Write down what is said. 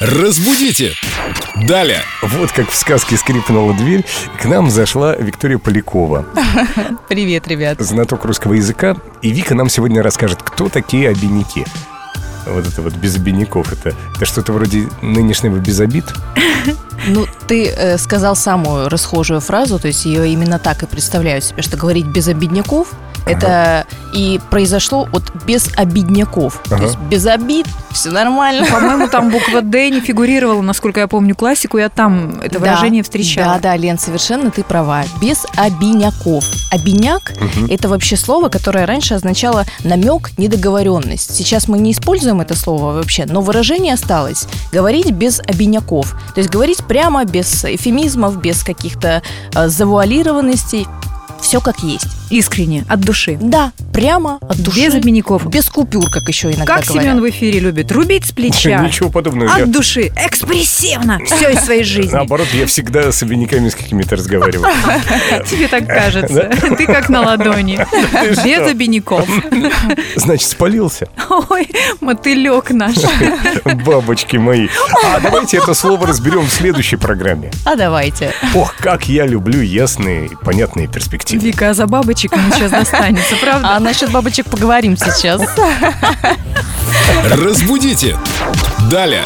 Разбудите! Далее! Вот как в сказке скрипнула дверь, к нам зашла Виктория Полякова, Привет, ребят. знаток русского языка. И Вика нам сегодня расскажет, кто такие обинники. Вот это вот без обиняков, это, это что-то вроде нынешнего без обид. Ну, ты э, сказал самую расхожую фразу, то есть ее именно так и представляю себе, что говорить без обидняков это и произошло от без обидняков. Ага. То есть без обид, все нормально. По-моему, там буква «Д» не фигурировала, насколько я помню классику, я там это Да. выражение встречала. Да, да, Лен, совершенно ты права. Без обиняков. Обиняк – это вообще слово, которое раньше означало намек, недоговоренность. Сейчас мы не используем это слово вообще, но выражение осталось. Говорить без обиняков. То есть говорить прямо, без эфемизмов, без каких-то э, завуалированностей. Все как есть. Искренне, от души. Да, прямо от души. Без обиняков. Без купюр, как еще иногда Как говорят. Семен в эфире любит? Рубить с плеча. Ничего подобного. Я- От души, экспрессивно, все из своей жизни. наоборот, я всегда с обиняками с какими-то разговариваю. Тебе так кажется. Ты как на ладони. Без что? обиняков. Значит, спалился. Ой, мотылек наш. Бабочки мои. А давайте это слово разберем в следующей программе. А давайте. Ох, как я люблю ясные и понятные перспективы. Вика, а за бабочек ему сейчас достанется, правда? А насчет бабочек поговорим сейчас. Разбудите! Далее!